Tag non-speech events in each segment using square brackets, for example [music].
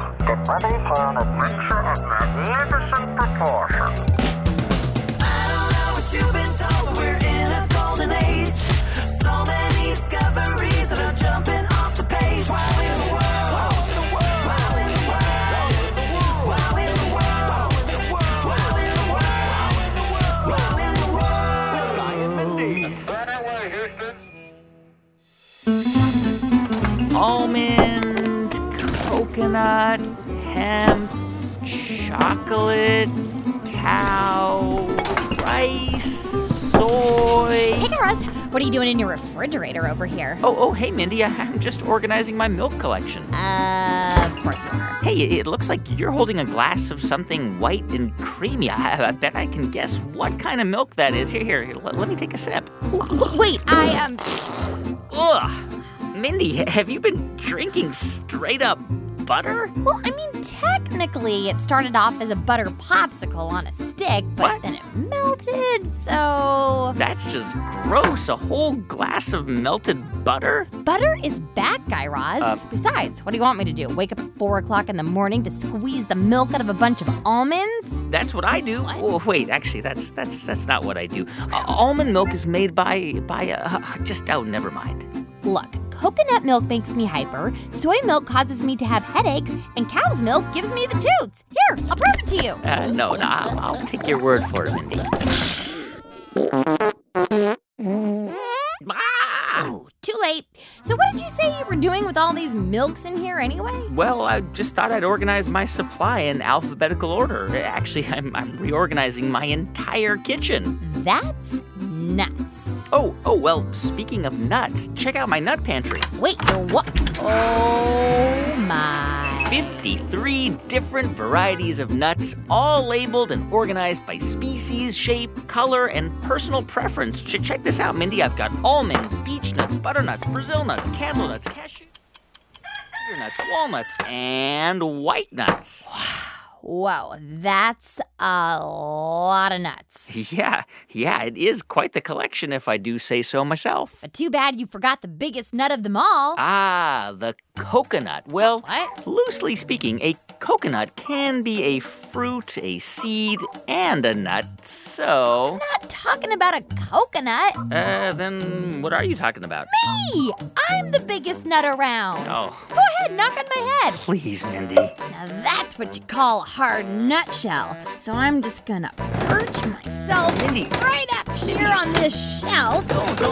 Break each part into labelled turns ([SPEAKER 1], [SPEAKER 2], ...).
[SPEAKER 1] ready for an adventure of magnificent proportions.
[SPEAKER 2] I don't know what you've been told, but we're in a golden age. So many discoveries that are jumping off the page. Wow in the world. Wow in the world. Wow in the world. Wow in the world. Wow in the world.
[SPEAKER 1] Right away, Houston.
[SPEAKER 3] almond, coconut, hemp, chocolate, cow, rice, soy.
[SPEAKER 4] Hey, Ross, what are you doing in your refrigerator over here?
[SPEAKER 3] Oh, oh, hey, Mindy, [laughs] I- I'm just organizing my milk collection.
[SPEAKER 4] Uh, of course you are.
[SPEAKER 3] Hey, it it looks like you're holding a glass of something white and creamy. [laughs] I, I bet I can guess what kind of milk that is. Here, here, here, let, let me take a sip.
[SPEAKER 4] Wait, I, um,
[SPEAKER 3] Ugh! Mindy, [laughs] ha- have you been drinking straight up butter?
[SPEAKER 4] well, I mean, technically, it started off as a butter popsicle on a stick, but
[SPEAKER 3] What?
[SPEAKER 4] then it melted, so.
[SPEAKER 3] That's just gross. A whole glass of melted butter?
[SPEAKER 4] Butter is back, Guy Raz.
[SPEAKER 3] Uh,
[SPEAKER 4] Besides, what do you want me to do? Wake up at 4 o'clock in the morning to squeeze the milk out of a bunch of almonds?
[SPEAKER 3] That's what I do. Oh, wait, actually, that's that's that's not what I do. Uh, almond milk is made by by uh, just oh, never mind.
[SPEAKER 4] Look, coconut milk makes me hyper, soy milk causes me to have headaches, and cow's milk gives me the toots. Here, I'll prove it to you.
[SPEAKER 3] Uh, no, no, I'll, I'll take your word for it, Mindy. Ah!
[SPEAKER 4] Too late. So, what did you say you were doing with all these milks in here anyway?
[SPEAKER 3] Well, I just thought I'd organize my supply in alphabetical order. Actually, I'm, I'm reorganizing my entire kitchen.
[SPEAKER 4] That's nuts.
[SPEAKER 3] Oh, oh, well, speaking of nuts, check out my nut pantry.
[SPEAKER 4] Wait, you're what? Oh my.
[SPEAKER 3] 53 different varieties of nuts, all labeled and organized by species, shape, color, and personal preference. Ch- check this out, Mindy. I've got almonds, beech nuts, butternuts, Brazil nuts, camel nuts, cashew cedar nuts, walnuts, and white nuts.
[SPEAKER 4] Whoa, that's a lot of nuts.
[SPEAKER 3] [laughs] Yeah, yeah, it is quite the collection if I do say so myself.
[SPEAKER 4] But too bad you forgot the biggest nut of them all.
[SPEAKER 3] Ah, the coconut. Well,
[SPEAKER 4] What?
[SPEAKER 3] loosely speaking, a coconut can be a fruit, a seed, and a nut. So,
[SPEAKER 4] Not talking about a coconut.
[SPEAKER 3] uh, then what are you talking about?
[SPEAKER 4] Me! I'm the biggest nut around.
[SPEAKER 3] Oh,
[SPEAKER 4] Go ahead, knock on my head.
[SPEAKER 3] please, Mindy.
[SPEAKER 4] Now that's what you call a hard nutshell. So I'm just gonna perch myself
[SPEAKER 3] Mindy.
[SPEAKER 4] right up here on this shelf,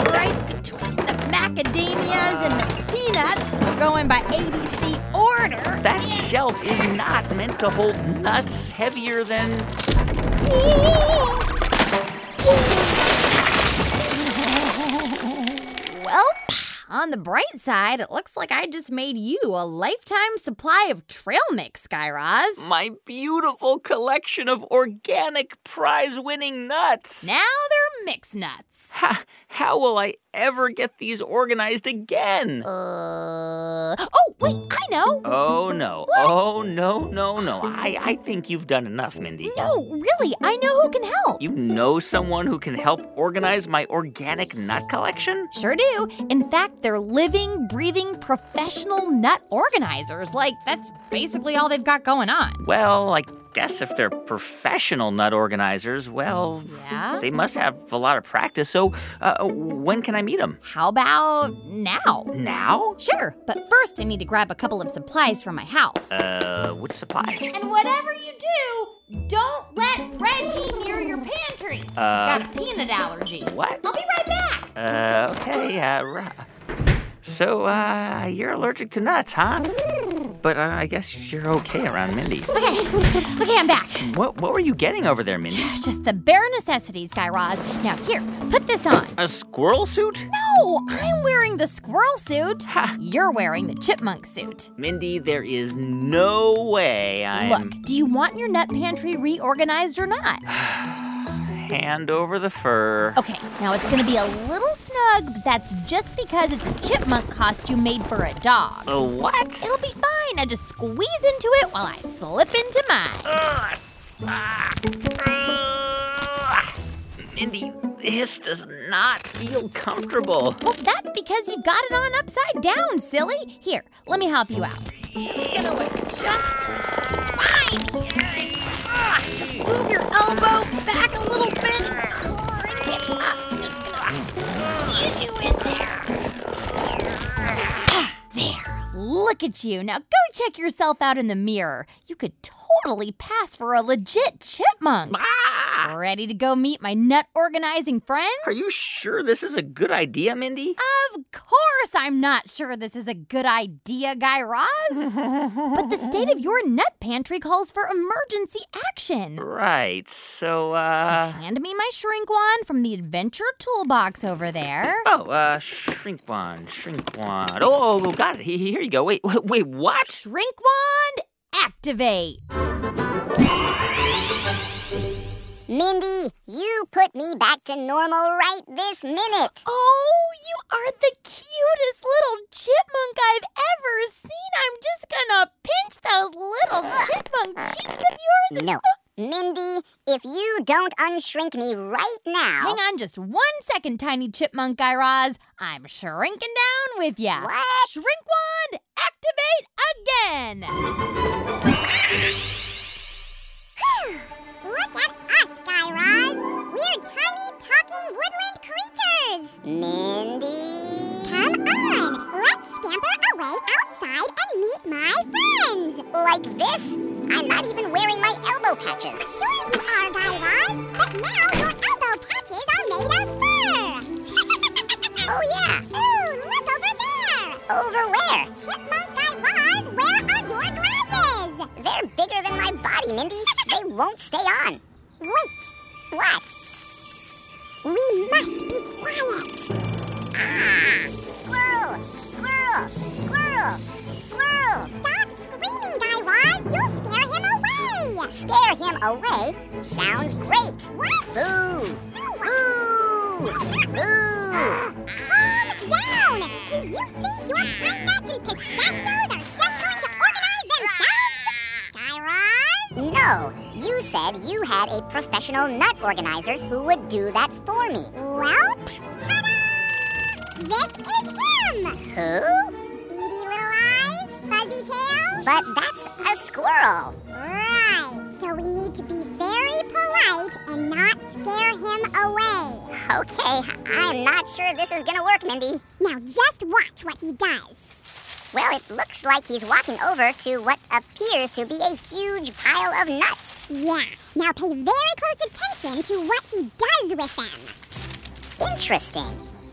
[SPEAKER 4] right between the macadamias and the peanuts. We're going by ABC order.
[SPEAKER 3] That shelf is not meant to hold nuts heavier than.
[SPEAKER 4] [laughs] Well, on the bright side, it looks like I just made you a lifetime supply of trail mix, Guy Raz.
[SPEAKER 3] My beautiful collection of organic prize winning nuts.
[SPEAKER 4] Now they're mixed nuts.
[SPEAKER 3] How, how will I ever get these organized again?
[SPEAKER 4] Uh, oh, wait, I know.
[SPEAKER 3] Oh no. Oh no, no, no. I, I think you've done enough, Mindy.
[SPEAKER 4] No, really, I know who can help.
[SPEAKER 3] You know someone who can help organize my organic nut collection?
[SPEAKER 4] Sure do. In fact, they're living, breathing, professional nut organizers. Like, that's basically all they've got going on.
[SPEAKER 3] Well, I guess if they're professional nut organizers, well,
[SPEAKER 4] Yeah?
[SPEAKER 3] they must have a lot of practice. So, uh, when can I meet them?
[SPEAKER 4] How about now?
[SPEAKER 3] Now?
[SPEAKER 4] Sure, but first I need to grab a couple of supplies from my house.
[SPEAKER 3] Uh, which supplies?
[SPEAKER 4] and whatever you do, don't let Reggie near your pantry. He's got a peanut allergy.
[SPEAKER 3] Uh, What?
[SPEAKER 4] I'll be right back.
[SPEAKER 3] Uh, okay, uh, ri- so, uh, you're allergic to nuts, huh? But uh, I guess you're okay around Mindy.
[SPEAKER 4] Okay, [laughs] okay, I'm back.
[SPEAKER 3] What, what were you getting over there, Mindy?
[SPEAKER 4] It's just the bare necessities, Guy Raz. Now, here, put this on.
[SPEAKER 3] A squirrel suit?
[SPEAKER 4] No, I'm wearing the squirrel suit.
[SPEAKER 3] Ha.
[SPEAKER 4] You're wearing the chipmunk suit.
[SPEAKER 3] Mindy, there is no way I'm
[SPEAKER 4] Look, do you want your nut pantry reorganized or not?
[SPEAKER 3] hand over the fur.
[SPEAKER 4] Okay, now it's gonna be a little snug, but that's just because it's a chipmunk costume made for a dog.
[SPEAKER 3] A what?
[SPEAKER 4] It'll be fine. I just squeeze into it while I slip into mine.
[SPEAKER 3] Ugh. Ah. Ugh. Mindy, this does not feel comfortable.
[SPEAKER 4] Oh, Well, that's because you've got it on upside down, silly. Here, let me help you out. Just gonna adjust your spine. Ah, Just move your elbow back a little bit. Crank it up. Just gonna squeeze you in there. Ah, There. Look at you. Now go check yourself out in the mirror. You could totally pass for a legit chipmunk.
[SPEAKER 3] Ah!
[SPEAKER 4] Ready to go meet my nut organizing friend?
[SPEAKER 3] Are you sure this is a good idea, Mindy?
[SPEAKER 4] Of course, I'm not sure this is a good idea, Guy Raz. but the state of your nut pantry calls for emergency action.
[SPEAKER 3] Right, so, uh.
[SPEAKER 4] Hand me my shrink wand from the adventure toolbox over there.
[SPEAKER 3] Oh, uh, shrink wand, shrink wand. Oh, oh, oh, got it. He- he- Here you go. Wait, wait, wait, what?
[SPEAKER 4] Shrink wand, activate.
[SPEAKER 5] Mindy, you put me back to normal right this minute.
[SPEAKER 4] Oh, you are the cutest little chipmunk I've ever seen. I'm just gonna pinch those little chipmunk cheeks of yours. and-
[SPEAKER 5] No. Mindy, if you don't unshrink me right now.
[SPEAKER 4] Hang on just one second, tiny chipmunk guy Raz. I'm shrinking down with ya.
[SPEAKER 5] What?
[SPEAKER 4] Shrink wand, activate again.
[SPEAKER 5] Look at us, Guy Raz. We're tiny talking woodland creatures. Mindy. Come on. Let's scamper away outside and meet my friends. Like this? I'm not even wearing my elbow patches. Sure you are, Guy Raz. But now your elbow patches are made of fur. [laughs] oh, yeah. Ooh, look over there. Over where? Chipmunk Guy Raz, where are your glasses? They're bigger than my body, Mindy. they won't stay on. Wait. What? We must be quiet. Ah! Squirrel! Squirrel! Squirrel! Squirrel! Stop screaming, Guy Raz. You'll scare him away. Scare him away? Sounds great. What? Boo! Boo! Boo! Calm down. Do you think your pine nuts and pistachios are just going to organize themselves? Guy Raz? No, you said you had a professional nut organizer who would do that for me. Well, this is him! Who? Beady little eyes, fuzzy tail. But that's a squirrel. Right, so we need to be very polite and not scare him away. Okay, I'm not sure this is gonna work, Mindy. Now just watch what he does. Well, it looks like he's walking over to what appears to be a huge pile of nuts. Yeah, now pay very close attention to what he does with them. Interesting.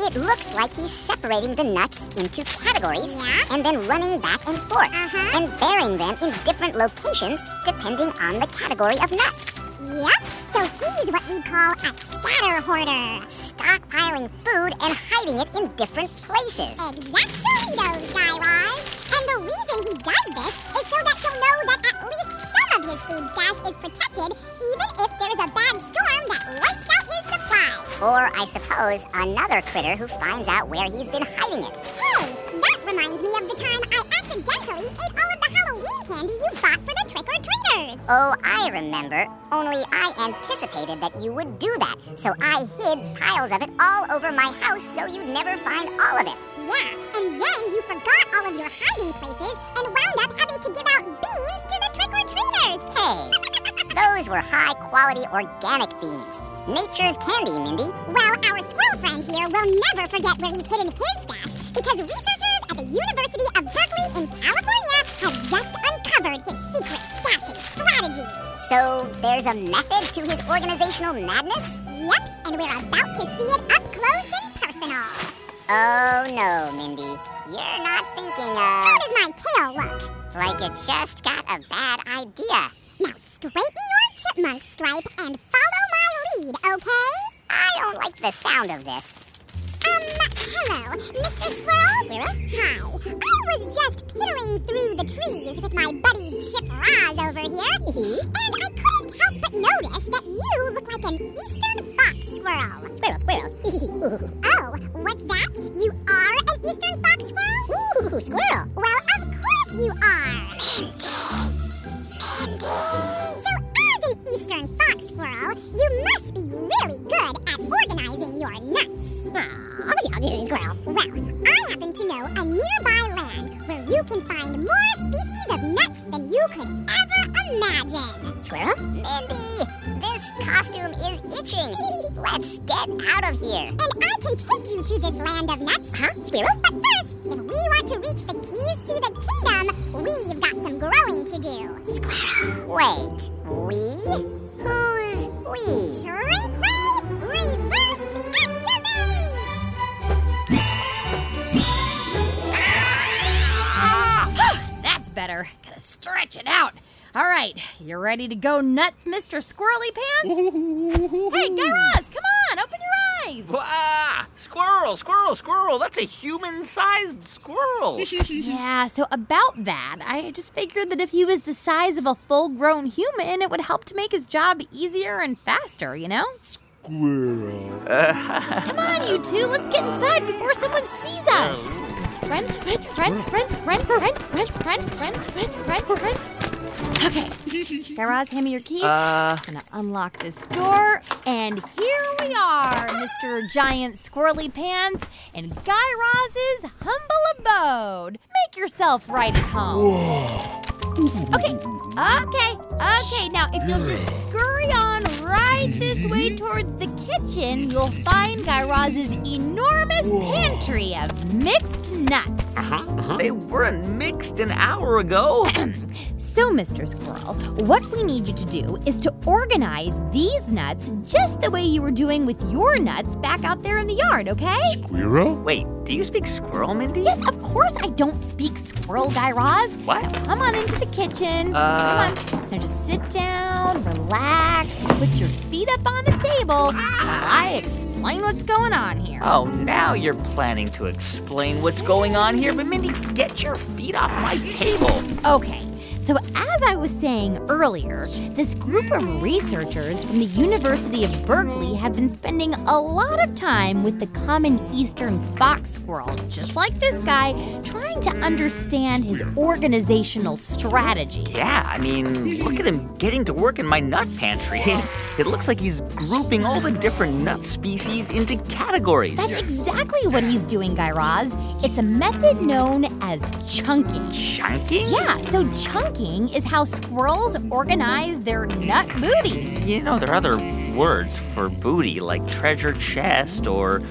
[SPEAKER 5] It looks like he's separating the nuts into categories and then running back and forth and burying them in different locations depending on the category of nuts. Yep. So he's what we call a scatter hoarder. Stockpiling food and hiding it in different places. Exactly, those Guy Raz. And the reason he does this is so that he'll know that at least some of his food stash is protected, even if there's a bad storm that wipes out his supply. Or, I suppose, another critter who finds out where he's been hiding it. Hey, that reminds me of the time I accidentally ate all of the Halloween candy you bought for the trick or treaters. Oh, I remember. Only I anticipated that you would do that, so I hid piles of it all over my house so you'd never find all of it. Yeah, and then you forgot all of your hiding places and wound up having to give out beans to the trick or treaters. Hey, those were high quality organic beans. Nature's candy, Mindy. Well, our squirrel friend here will never forget where he's hidden his stash because researchers at the University of Berkeley in California have just uncovered his secret stashing strategy. So there's a method to his organizational madness? Yep, and we're about to see it up close and personal. Oh no, Mindy. You're not thinking of. How does my tail look? Like it just got a bad idea. Now straighten your chipmunk stripe and follow my lead, okay? I don't like the sound of this. Um, hello, Mr. Squirrel. Hi. I was just piddling through the trees with my buddy Chip Raz over here, [laughs] and I couldn't help but notice that you look like an eastern fox squirrel. Squirrel, squirrel. [laughs] oh, what's that? You are an eastern fox squirrel? Ooh, squirrel. Well, of course you are. So, as an eastern fox squirrel, you must be really good at organizing your nuts. Aw, yeah, squirrel. Well, I happen to know a nearby land where you can find more species of nuts than you could ever imagine. Squirrel? Mindy, this costume is itching. Let's get out of here. And I can take you to this land of nuts. Huh, Squirrel? But first, if we want to reach the keys to the kingdom, we've got some growing to do. Squirrel? Wait, we? Who's we? Shrink Ray, reverse activate!
[SPEAKER 4] That's better. Gotta stretch it out. All right, you ready to go nuts, Mr. Squirrely Pants? hey, Guy Raz, come on, open your eyes.
[SPEAKER 3] Wah! Ah, Squirrel, squirrel, squirrel. That's a human sized [laughs] squirrel.
[SPEAKER 4] Yeah, so about that, I just figured that if he was the size of a full grown human, it would help to make his job easier and faster, you know? Squirrel. Come on, you two, let's get inside before someone sees us. Run, run, run, run, run, run, run, run, run, run, run, run. Okay. Garage, hand me your keys.
[SPEAKER 3] Uh.
[SPEAKER 4] I'm gonna unlock this door. And here we are, Mr. Giant Squirrely Pants and Guy Raz's humble abode. Make yourself right at home. Okay, okay, okay. Now, if you'll just scurry on right this way towards the kitchen, you'll find Guy Raz's enormous pantry of mixed nuts.
[SPEAKER 3] They weren't mixed an hour
[SPEAKER 4] [clears throat]
[SPEAKER 3] ago.
[SPEAKER 4] So, Mr. Squirrel, what we need you to do is to organize these nuts just the way you were doing with your nuts back out there in the yard, okay?
[SPEAKER 6] Squirrel?
[SPEAKER 3] Wait, do you speak squirrel, Mindy?
[SPEAKER 4] Yes, of course I don't speak squirrel, Guy Raz.
[SPEAKER 3] What?
[SPEAKER 4] Come on into the kitchen.
[SPEAKER 3] Uh.
[SPEAKER 4] Come on. Now just sit down, relax, put your feet up on the table while I explain what's going on here.
[SPEAKER 3] Oh, now you're planning to explain what's going on here. But Mindy, get your feet off my table.
[SPEAKER 4] Okay. So, as I was saying earlier, this group of researchers from the University of Berkeley have been spending a lot of time with the common eastern fox squirrel, just like this guy, trying to understand his organizational strategy.
[SPEAKER 3] Yeah, I mean, look at him getting to work in my nut pantry. [laughs] It looks like he's grouping all the different nut species into categories.
[SPEAKER 4] That's exactly what he's doing, Guy Raz. It's a method known as chunking.
[SPEAKER 3] Chunking?
[SPEAKER 4] Yeah, so chunking is how squirrels organize their nut booty.
[SPEAKER 3] You know, there are other words for booty, like treasure chest or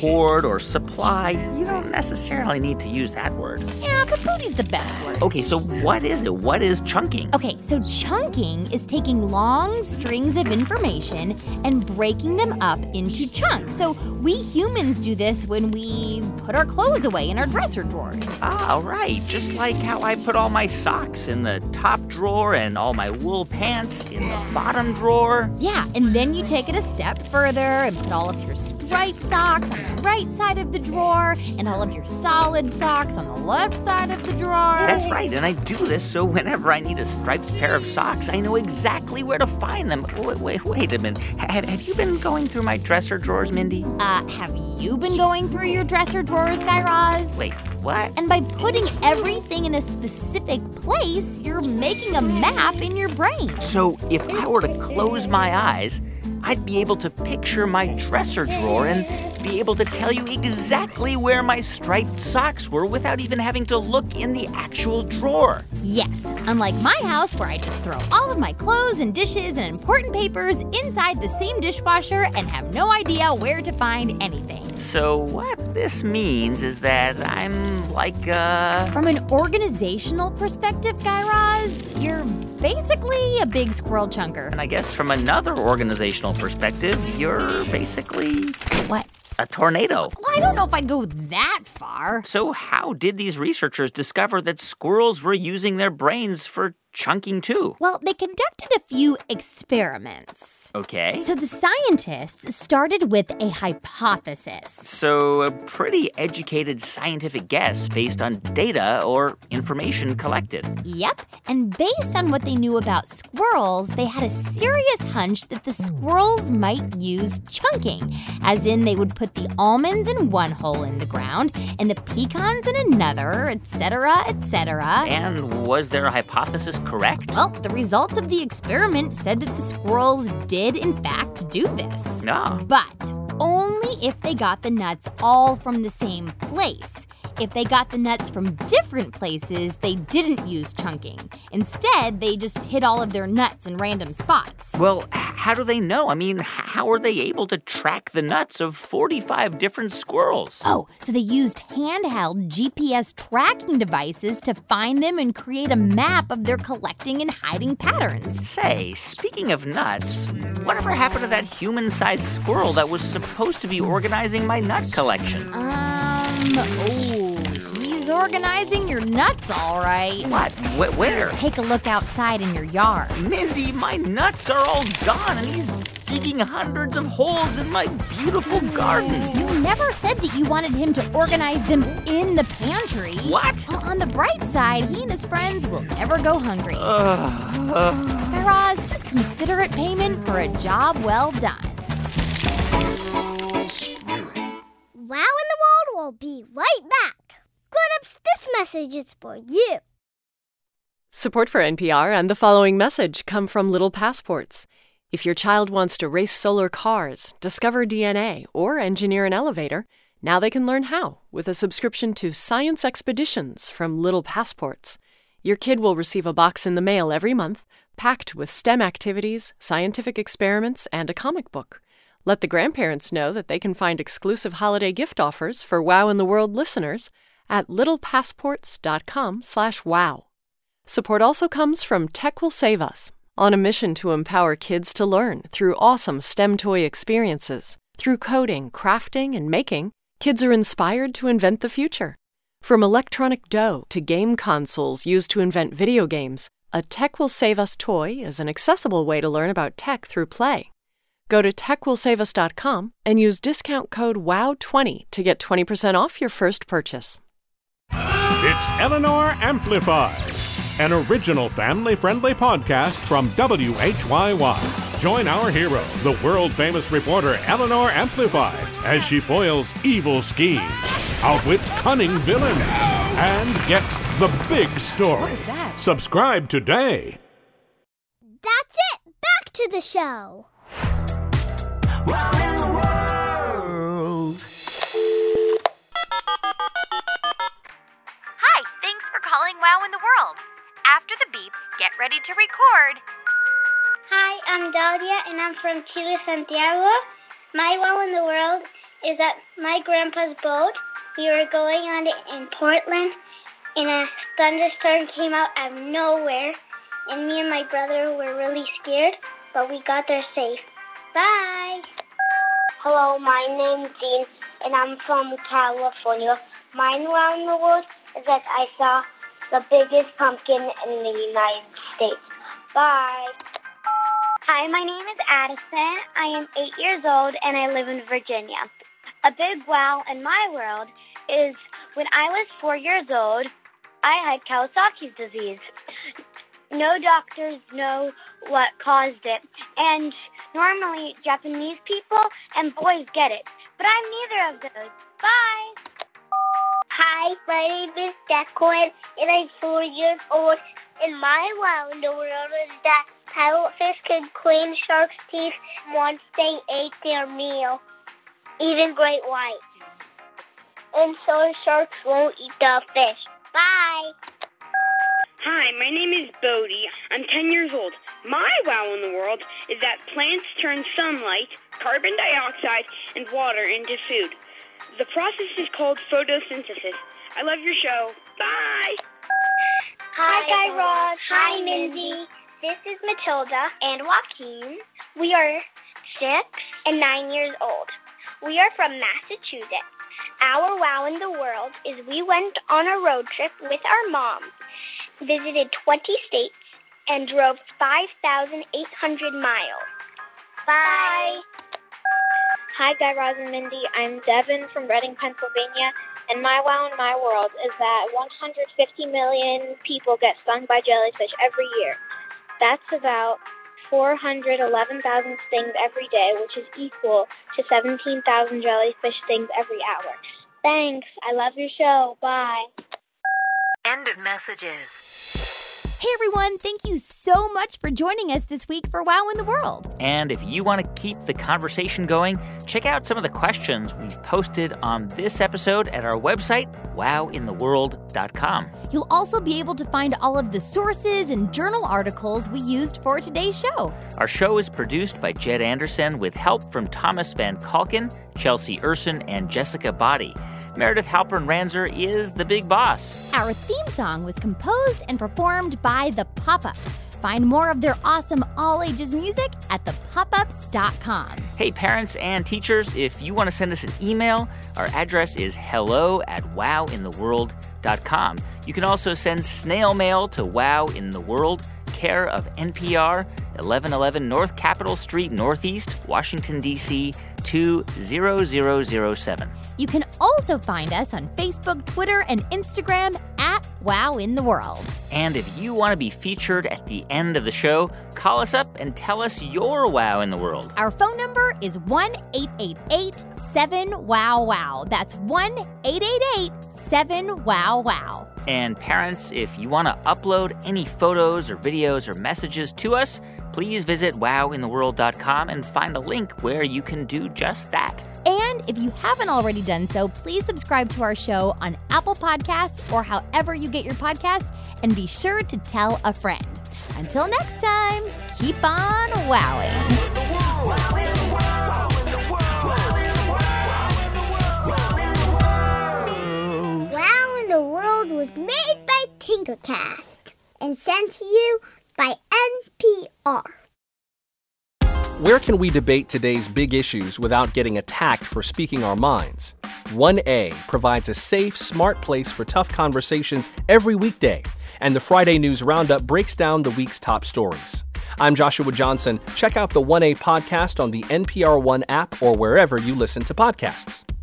[SPEAKER 3] hoard or supply. You don't necessarily need to use that word.
[SPEAKER 4] Yeah, but booty's the best word.
[SPEAKER 3] Okay, so what is it? What is chunking?
[SPEAKER 4] Okay, so chunking is taking long strings of information and breaking them up into chunks. So we humans do this when we put our clothes away in our dresser drawers.
[SPEAKER 3] Ah, all right. Just like how I put all my socks in the top drawer and all my wool pants in the bottom drawer.
[SPEAKER 4] Yeah, and then you take it a step further and put all of your striped socks on the right side of the drawer and all of your solid socks on the left side of the drawer.
[SPEAKER 3] That's right, and I do this so whenever I need a striped pair of socks, I know exactly where to find them. Wait, wait, wait a minute. Ha- Have, have you been going through my dresser drawers, Mindy?
[SPEAKER 4] Uh, have you been going through your dresser drawers, Guy Raz?
[SPEAKER 3] Wait, what?
[SPEAKER 4] And by putting everything in a specific place, you're making a map in your brain.
[SPEAKER 3] So if I were to close my eyes, I'd be able to picture my dresser drawer and be able to tell you exactly where my striped socks were without even having to look in the actual drawer.
[SPEAKER 4] Yes, unlike my house where I just throw all of my clothes and dishes and important papers inside the same dishwasher and have no idea where to find anything.
[SPEAKER 3] So what this means is that I'm like uh
[SPEAKER 4] From an organizational perspective, Guy Raz, you're basically a big squirrel chunker.
[SPEAKER 3] and I guess from another organizational perspective, you're basically
[SPEAKER 4] What?
[SPEAKER 3] a tornado.
[SPEAKER 4] Well, I don't know if I'd go that far.
[SPEAKER 3] So how did these researchers discover that squirrels were using their brains for chunking too?
[SPEAKER 4] Well, they conducted a few experiments.
[SPEAKER 3] Okay.
[SPEAKER 4] So the scientists started with a hypothesis.
[SPEAKER 3] So, a pretty educated scientific guess based on data or information collected.
[SPEAKER 4] Yep. And based on what they knew about squirrels, they had a serious hunch that the squirrels might use chunking, as in they would put the almonds in one hole in the ground and the pecans in another, etc., etc.
[SPEAKER 3] And was their hypothesis correct?
[SPEAKER 4] Well, the results of the experiment said that the squirrels did, in fact, do this.
[SPEAKER 3] No.
[SPEAKER 4] But only if they got the nuts all from the same place.
[SPEAKER 7] if they got the nuts from different places, they didn't use chunking. Instead, they just hid all of their nuts in random spots.
[SPEAKER 3] Well, h- how do they know? I mean, h- how are they able to track the nuts of 45 different squirrels?
[SPEAKER 7] Oh, so they used handheld GPS tracking devices to find them and create a map of their collecting and hiding patterns.
[SPEAKER 3] Say, speaking of nuts, whatever happened to that human sized squirrel that was supposed to be organizing my nut collection?
[SPEAKER 7] Um, oh, he's organizing your nuts all right.
[SPEAKER 3] What? Wh- where?
[SPEAKER 7] Take a look outside in your yard.
[SPEAKER 3] Mindy, my nuts are all gone, and he's digging hundreds of holes in my beautiful garden.
[SPEAKER 7] You never said that you wanted him to organize them in the pantry.
[SPEAKER 3] What?
[SPEAKER 7] Well, on the bright side, he and his friends will never go hungry. Guy Raz, just consider it payment for a job well done.
[SPEAKER 4] Wow in the World will be right back. Grown-ups, this message is for you.
[SPEAKER 8] Support for NPR and the following message come from Little Passports. If your child wants to race solar cars, discover DNA, or engineer an elevator, now they can learn how with a subscription to Science Expeditions from Little Passports. Your kid will receive a box in the mail every month, packed with STEM activities, scientific experiments, and a comic book. Let the grandparents know that they can find exclusive holiday gift offers for Wow in the World listeners at littlepassports.com/wow. Support also comes from Tech Will Save Us, on a mission to empower kids to learn through awesome STEM toy experiences. Through coding, crafting, and making, kids are inspired to invent the future. From electronic dough to game consoles used to invent video games, a Tech Will Save Us toy is an accessible way to learn about tech through play. Go to techwillsaveus.com and use discount code WOW20 to get 20% off your first purchase.
[SPEAKER 9] It's Eleanor Amplified, an original family friendly podcast from WHYY. Join our hero, the world famous reporter Eleanor Amplified, as she foils evil schemes, outwits cunning villains, and gets the big story. Subscribe today.
[SPEAKER 4] That's it. Back to the show.
[SPEAKER 2] Wow in the world.
[SPEAKER 1] Hi, thanks for calling Wow in the World. After the beep, get ready to record.
[SPEAKER 4] Hi, I'm Dalia, and I'm from Chile, Santiago. My wow in the world is that my grandpa's boat. We were going on it in Portland, and a thunderstorm came out out of nowhere, and me and my brother were really scared, but we got there safe. Bye. Hello, my name's Dean, and I'm from California. My wow in the world is that I saw the biggest pumpkin in the United States. Bye. Hi, my name is Addison. I am eight years old and I live in Virginia. A big wow in my world is when I was four years old, I had Kawasaki's disease. No doctors know what caused it, and normally Japanese people and boys get it, but I'm neither of those. Bye! Hi, my name is Declan, and I'm four years old. And my wow in the world is that pilotfish can clean sharks' teeth once they ate their meal, even great whites. And so sharks won't eat the fish. Bye.
[SPEAKER 10] Hi, my name is Bodie. I'm 10 years old. My wow in the world is that plants turn sunlight, carbon dioxide, and water into food. The process is called photosynthesis. I love your show. Bye!
[SPEAKER 4] Hi, Guy Raz. Hi, Mindy. This is Matilda and Joaquin. We are six and nine years old. We are from Massachusetts. Our wow in the world is we went on a road trip with our mom, visited 20 states, and drove 5,800 miles. Bye. Hi, Guy Raz and Mindy. I'm Devin from Reading, Pennsylvania. And my wow in my world is that 150 million people get stung by jellyfish every year. That's about 411,000 stings every day, which is equal to 17,000 jellyfish stings every hour. Thanks. I love your show. Bye.
[SPEAKER 1] End of messages.
[SPEAKER 4] Hey everyone, thank you so much for joining us this week for Wow in the World.
[SPEAKER 3] And if you want to keep the conversation going, check out some of the questions we've posted on this episode at our website, wowintheworld.com.
[SPEAKER 4] You'll also be able to find all of the sources and journal articles we used for today's show.
[SPEAKER 3] Our show is produced by Jed Anderson with help from Thomas Van Kalken, Chelsea Urson, and Jessica Body. Meredith Halpern Ranzer is the big boss.
[SPEAKER 4] Our theme song was composed and performed by The Pop Ups. Find more of their awesome all ages music at thepopups.com.
[SPEAKER 3] Hey, parents and teachers, if you want to send us an email, our address is hello at wowintheworld.com. You can also send snail mail to Wow in the World, care of NPR, 1111 North Capitol Street, Northeast, Washington, D.C. 20007.
[SPEAKER 4] You can also find us on Facebook, Twitter, and Instagram at Wow in the World.
[SPEAKER 3] And if you want to be featured at the end of the show, call us up and tell us your wow in the world.
[SPEAKER 4] Our phone number is 1 888 7 Wow Wow. That's 1 888 7 Wow Wow.
[SPEAKER 3] And parents, if you want to upload any photos or videos or messages to us, please visit wowintheworld.com and find a link where you can do just that.
[SPEAKER 4] And if you haven't already done so, please subscribe to our show on Apple Podcasts or however you get your podcast, and be sure to tell a friend. Until next time, keep on wowing.
[SPEAKER 5] Wow in the World was made by Tinkercast and sent to you by NPR.
[SPEAKER 11] Where can we debate today's big issues without getting attacked for speaking our minds? 1A provides a safe, smart place for tough conversations every weekday, and the Friday News Roundup breaks down the week's top stories. I'm Joshua Johnson. Check out the 1A podcast on the NPR One app or wherever you listen to podcasts.